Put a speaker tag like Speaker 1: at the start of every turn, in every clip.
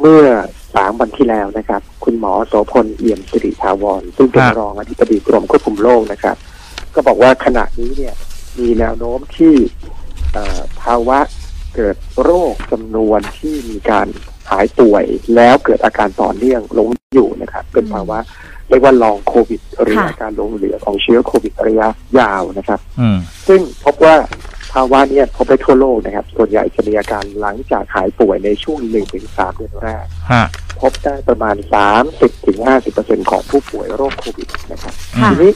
Speaker 1: เมื่อสามวันที่แล้วนะครับ คุณหมอโสพลเอี่ยมสิริถาวรซึ่งเป็น
Speaker 2: ครับ
Speaker 1: รองอธิบดีกรมควบคุมโรคนะครับ ก็บอกว่าขณะนี้เนี่ยมีแนวโน้มที่เอ่อภาวะเกิดโรคจำนวนที่มีการหายป่วย แล้วเกิดอาการต่อเนื่องหลงอยู่นะครับ เป็นภาวะเรียกว่าลองโควิดหรือ
Speaker 3: ค่ะ
Speaker 1: อาการหลงเหลือของเชื้อโควิดระยะยาวนะครับ
Speaker 2: อืม
Speaker 1: ซึ่งพบว่าภาวะเนี้พบได้ทั่วโลกนะครับ ส่วนใหญ่จะมีอาการหลังจากหายป่วยในช่วง 1-3 เดือนแรก
Speaker 2: ฮะ
Speaker 1: พบได้ประมาณ 30-50%ของผู้ป่วยโรคโควิดนะครับ
Speaker 3: ค่ะ
Speaker 1: ทีนี้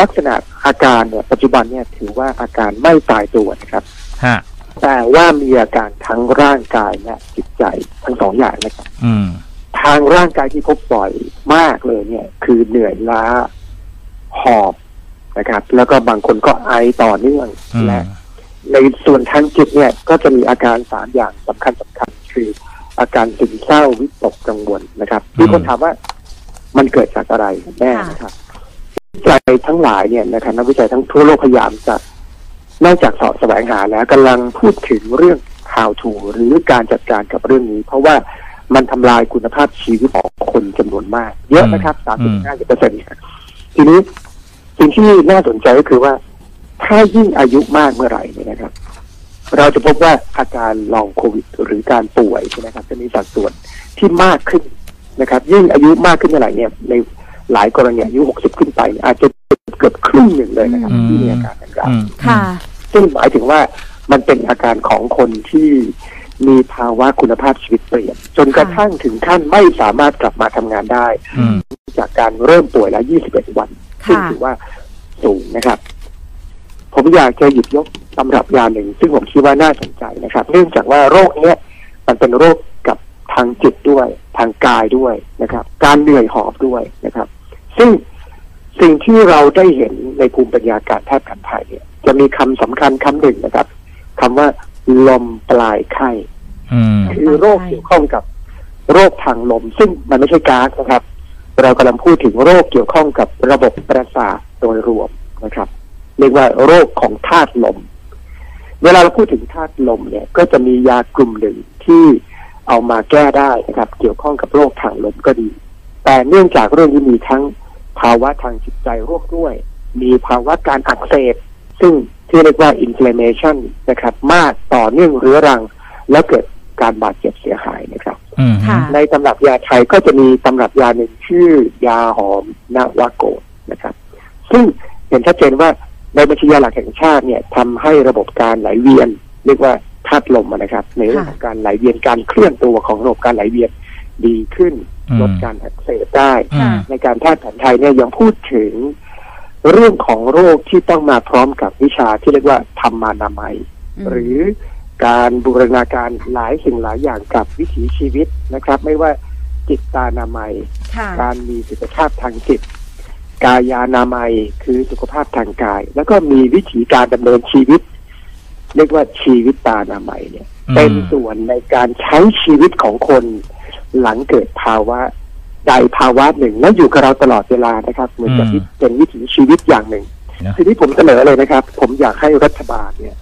Speaker 1: ลักษณะอาการเนี่ยปัจจุบันเนี่ยถือว่าอาการไม่ตายตัวนะครับ
Speaker 2: ฮะ
Speaker 1: แต่ว่ามีอาการทั้งร่างกายและจิตใจทั้งสองอย่างนะครับ
Speaker 2: อืม
Speaker 1: ทางร่างกายที่พบบ่อยมากเลยเนี่ย คือเหนื่อยล้าหอบนะครับ แล้วก็บางคนก็ไอต่อเนื่อง
Speaker 2: อืม
Speaker 1: และ ในส่วนทางจิตเนี่ยก็จะมีอาการสามอย่างสำคัญสำคัญคืออาการซึมเศร้าวิตกกังวลนะครับมีคนถามว่ามันเกิดจากอะไรแน่นะครับวิจัยทั้งหลายเนี่ยนะครับนักวิจัยทั้งทั่วโลกพยายามจะนอกจากเสาะแสวงหาแล้วกำลังพูดถึงเรื่อง how to หรือการจัดการกับเรื่องนี้ เพราะว่ามันทำลายคุณภาพชีวิตของคนจำนวนมาก เยอะนะครับสาม
Speaker 2: อื
Speaker 1: สิบ
Speaker 2: ม
Speaker 1: ห้าสิบเปอร์เซ็นต์ทีนี้สิ่งที่น่าสนใจก็คือว่า ถ้ายิ่งอายุมากเมื่อไหร่เนี่ยนะครับ เราจะพบว่าอาการลองโควิดหรือการป่วยใช่ไหมครับจะมีสัดส่วนที่มากขึ้นนะครับ ยิ่งอายุมากขึ้นเมื่อไหร่เนี่ยในหลายกรณีอายุ 60 ขึ้นไปเนี่ยอาจจะเกือบครึ่งหนึ่งเลยนะครับ
Speaker 2: อืม
Speaker 1: ที่มีอาการดังกล่าว
Speaker 2: อืม
Speaker 3: ค่ะ
Speaker 1: ซึ่งหมายถึงว่ามันเป็นอาการของคนที่มีภาวะคุณภาพชีวิตเปลี่ยน จนกระทั่งถึงขั้นไม่สามารถกลับมาทำงานได้
Speaker 2: อืม
Speaker 1: จากการเริ่มป่วยแล้ว 21 วัน ซึ่ง
Speaker 3: ค่ะ
Speaker 1: ถือว่าสูงนะครับ ผมอยากจะหยิบยกตำรับยาหนึ่ง ซึ่งผมคิดว่าน่าสนใจนะครับ เนื่องจากว่าโรคเนี้ยมันเป็นโรคกับทางจิตด้วย ทางกายด้วยนะครับ การเหนื่อยหอบด้วยนะครับ ซึ่งสิ่งที่เราได้เห็นในภูมิปัญญาการแพทย์แผนไทยเนี่ย จะมีคำสำคัญคำหนึ่งนะครับคำว่าลมปลายไข้
Speaker 2: อืม
Speaker 1: คือโรคเกี่ยวข้องกับโรคทางลม ซึ่งมันไม่ใช่ก๊าซนะครับ เรากำลังพูดถึงโรคเกี่ยวข้องกับระบบประสาทโดยรวมนะครับ เรียกว่าโรคของธาตุลม เวลาเราพูดถึงธาตุลมเนี่ย ก็จะมียากลุ่มหนึ่งที่เอามาแก้ได้นะครับ เกี่ยวข้องกับโรคทางลมก็ดี แต่เนื่องจากเรื่องที่มีทั้งภาวะทางจิตใจร่วมด้วย มีภาวะการอักเสบ ซึ่งที่เรียกว่า inflammation นะครับ มากต่อเนื่องเรื้อรัง แล้วเกิดการบาดเจ็บเสียหายนะครับ
Speaker 2: อืม
Speaker 3: ค่ะ
Speaker 1: ในตำรับยาไทยก็จะมีตำรับยาหนึ่งชื่อยาหอมนวาโกะนะครับ ซึ่งเห็นชัดเจนว่าในบัญชียาหลักแห่งชาติเนี่ยทำให้ระบบการไหลเวียน เรียกว่าธาตุลมอะนะครับ ในเรื่องของการไหลเวียนการเคลื่อนตัวของระบบการไหลเวียนดีขึ้น
Speaker 2: อืม
Speaker 1: ลดการอักเสบได้
Speaker 2: อืม
Speaker 1: ในการแพทย์แผนไทยเนี่ยยังพูดถึงเรื่องของโรคที่ต้องมาพร้อมกับวิชาที่เรียกว่าธรรมานามัย หรือการบูรณาการหลายสิ่งหลายอย่างกับวิถีชีวิตนะครับ ไม่ว่าจิตตานามัย
Speaker 3: ค่ะ
Speaker 1: การมีสุขภาพทางจิต กายานามัยคือสุขภาพทางกาย แล้วก็มีวิถีการดำเนินชีวิต เรียกว่าชีวิตตานามัยเนี่ย
Speaker 2: อืม
Speaker 1: เป็นส่วนในการใช้ชีวิตของคนหลังเกิดภาวะใดภาวะหนึ่ง แล้วอยู่กับเราตลอดเวลานะครับ เหมือนกับ
Speaker 2: อืม
Speaker 1: เป็นวิถีชีวิตอย่างหนึ่ง
Speaker 2: นะ
Speaker 1: ทีนี้ผมเสนอเลยนะครับ ผมอยากให้รัฐบาลเนี่ย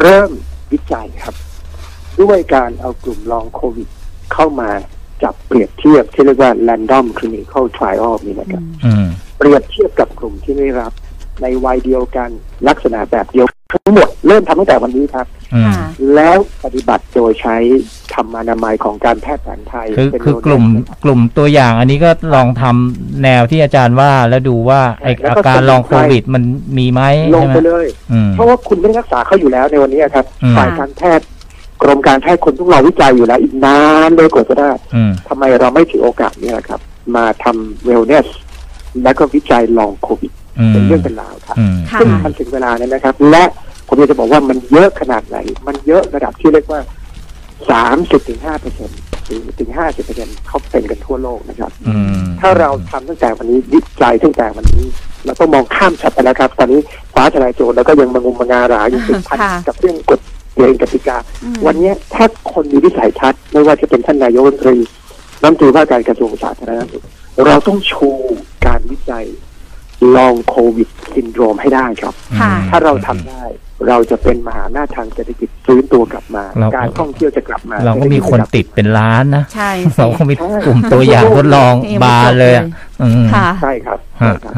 Speaker 1: เริ่มวิจัยครับ ด้วยการเอากลุ่มลองโควิด เข้ามาจับเปรียบเทียบที่เรียกว่า random clinical trial นี่นะครับ
Speaker 2: อืม
Speaker 1: เปรียบเทียบกับกลุ่มที่ได้รับ ในวัยเดียวกันลักษณะแบบเดียวกันทั้งหมดเริ่มทำตั้งแต่วันนี้ครับ
Speaker 2: อืม
Speaker 3: ค่ะ
Speaker 1: แล้วปฏิบัติโดยใช้ธรรมานามัยของการแพทย์แผนไทย
Speaker 2: คือ
Speaker 1: เป็น
Speaker 2: คือกลุ่ม
Speaker 1: โดย
Speaker 2: กลุ่มตัวอย่างอันนี้ก็ลองทำแนวที่อาจารย์ว่าแล้วดูว่าไอ
Speaker 1: แล้ว
Speaker 2: อา
Speaker 1: ก็
Speaker 2: การ
Speaker 1: สมุนไพร
Speaker 2: ลองโควิดมันมีไหม
Speaker 1: ลง
Speaker 2: ใช่ไหม
Speaker 1: ไปเลย
Speaker 2: อืม
Speaker 1: เพราะว่าคุณไม่ได้รักษาเขาอยู่แล้วในวันนี้ครับ
Speaker 2: อืม
Speaker 1: ฝ่ายการแพทย์กรมการแพทย์คนทุกเราวิจัยอยู่แล้วอีกนานเลยกว่าจะได้
Speaker 2: อืม
Speaker 1: ทำไมเราไม่ถือโอกาสนี้ล่ะครับ มาทำเวลเนส และก็วิจัยลองโควิด
Speaker 2: อืม
Speaker 1: เป็นเรื่องเป็นราวครับ
Speaker 2: อืม
Speaker 3: ค่ะ
Speaker 1: ซึ่งมันถึงเวลาแล้วนะครับ และผมอยากจะบอกว่ามันเยอะขนาดไหน มันเยอะระดับที่เรียกว่าสามสิบถึงห้าเปอร์เซ็นต์ถึงห้าสิบเปอร์เซ็นต์เขาเป็นกันทั่วโลกนะครับ
Speaker 2: อืม
Speaker 1: ถ้าเราทำตั้งแต่วันนี้วิจัยตั้งแต่วันนี้ เราต้องมองข้ามช็อตไปแล้วครับ ตอนนี้ฟ้าทลายโจรแล้วก็ยังมางุมมางาหราอยู่ติดพัน
Speaker 3: ค่ะ
Speaker 1: กับเรื่องกฎเกณฑ์กติกา วันนี้ถ้าคนมีวิสัยทัศน์ไม่ว่าจะเป็นท่านนายกรัฐมนตรีน้ำตรีว่าการกระทรวงสาธารณสุขเราต้องชูการวิจัย ลองโควิดซินโดรมให้ได้ครับ
Speaker 3: ค่ะ
Speaker 1: ถ้าเราทำได้ เราจะเป็นมหาหน้าจทางเศรษฐกิจฟื้นตัวกลับมา
Speaker 2: เรา
Speaker 1: การท่องเที่ยวจะกลับมา
Speaker 2: เราก็มีคนติดเป็นล้านนะ
Speaker 3: ใช่สิ
Speaker 2: เราก็มีกลุ่มตัวอย่างทดลองบานเลยอะอืม
Speaker 3: ค่ะ
Speaker 1: ใช่ครับใช่ครับ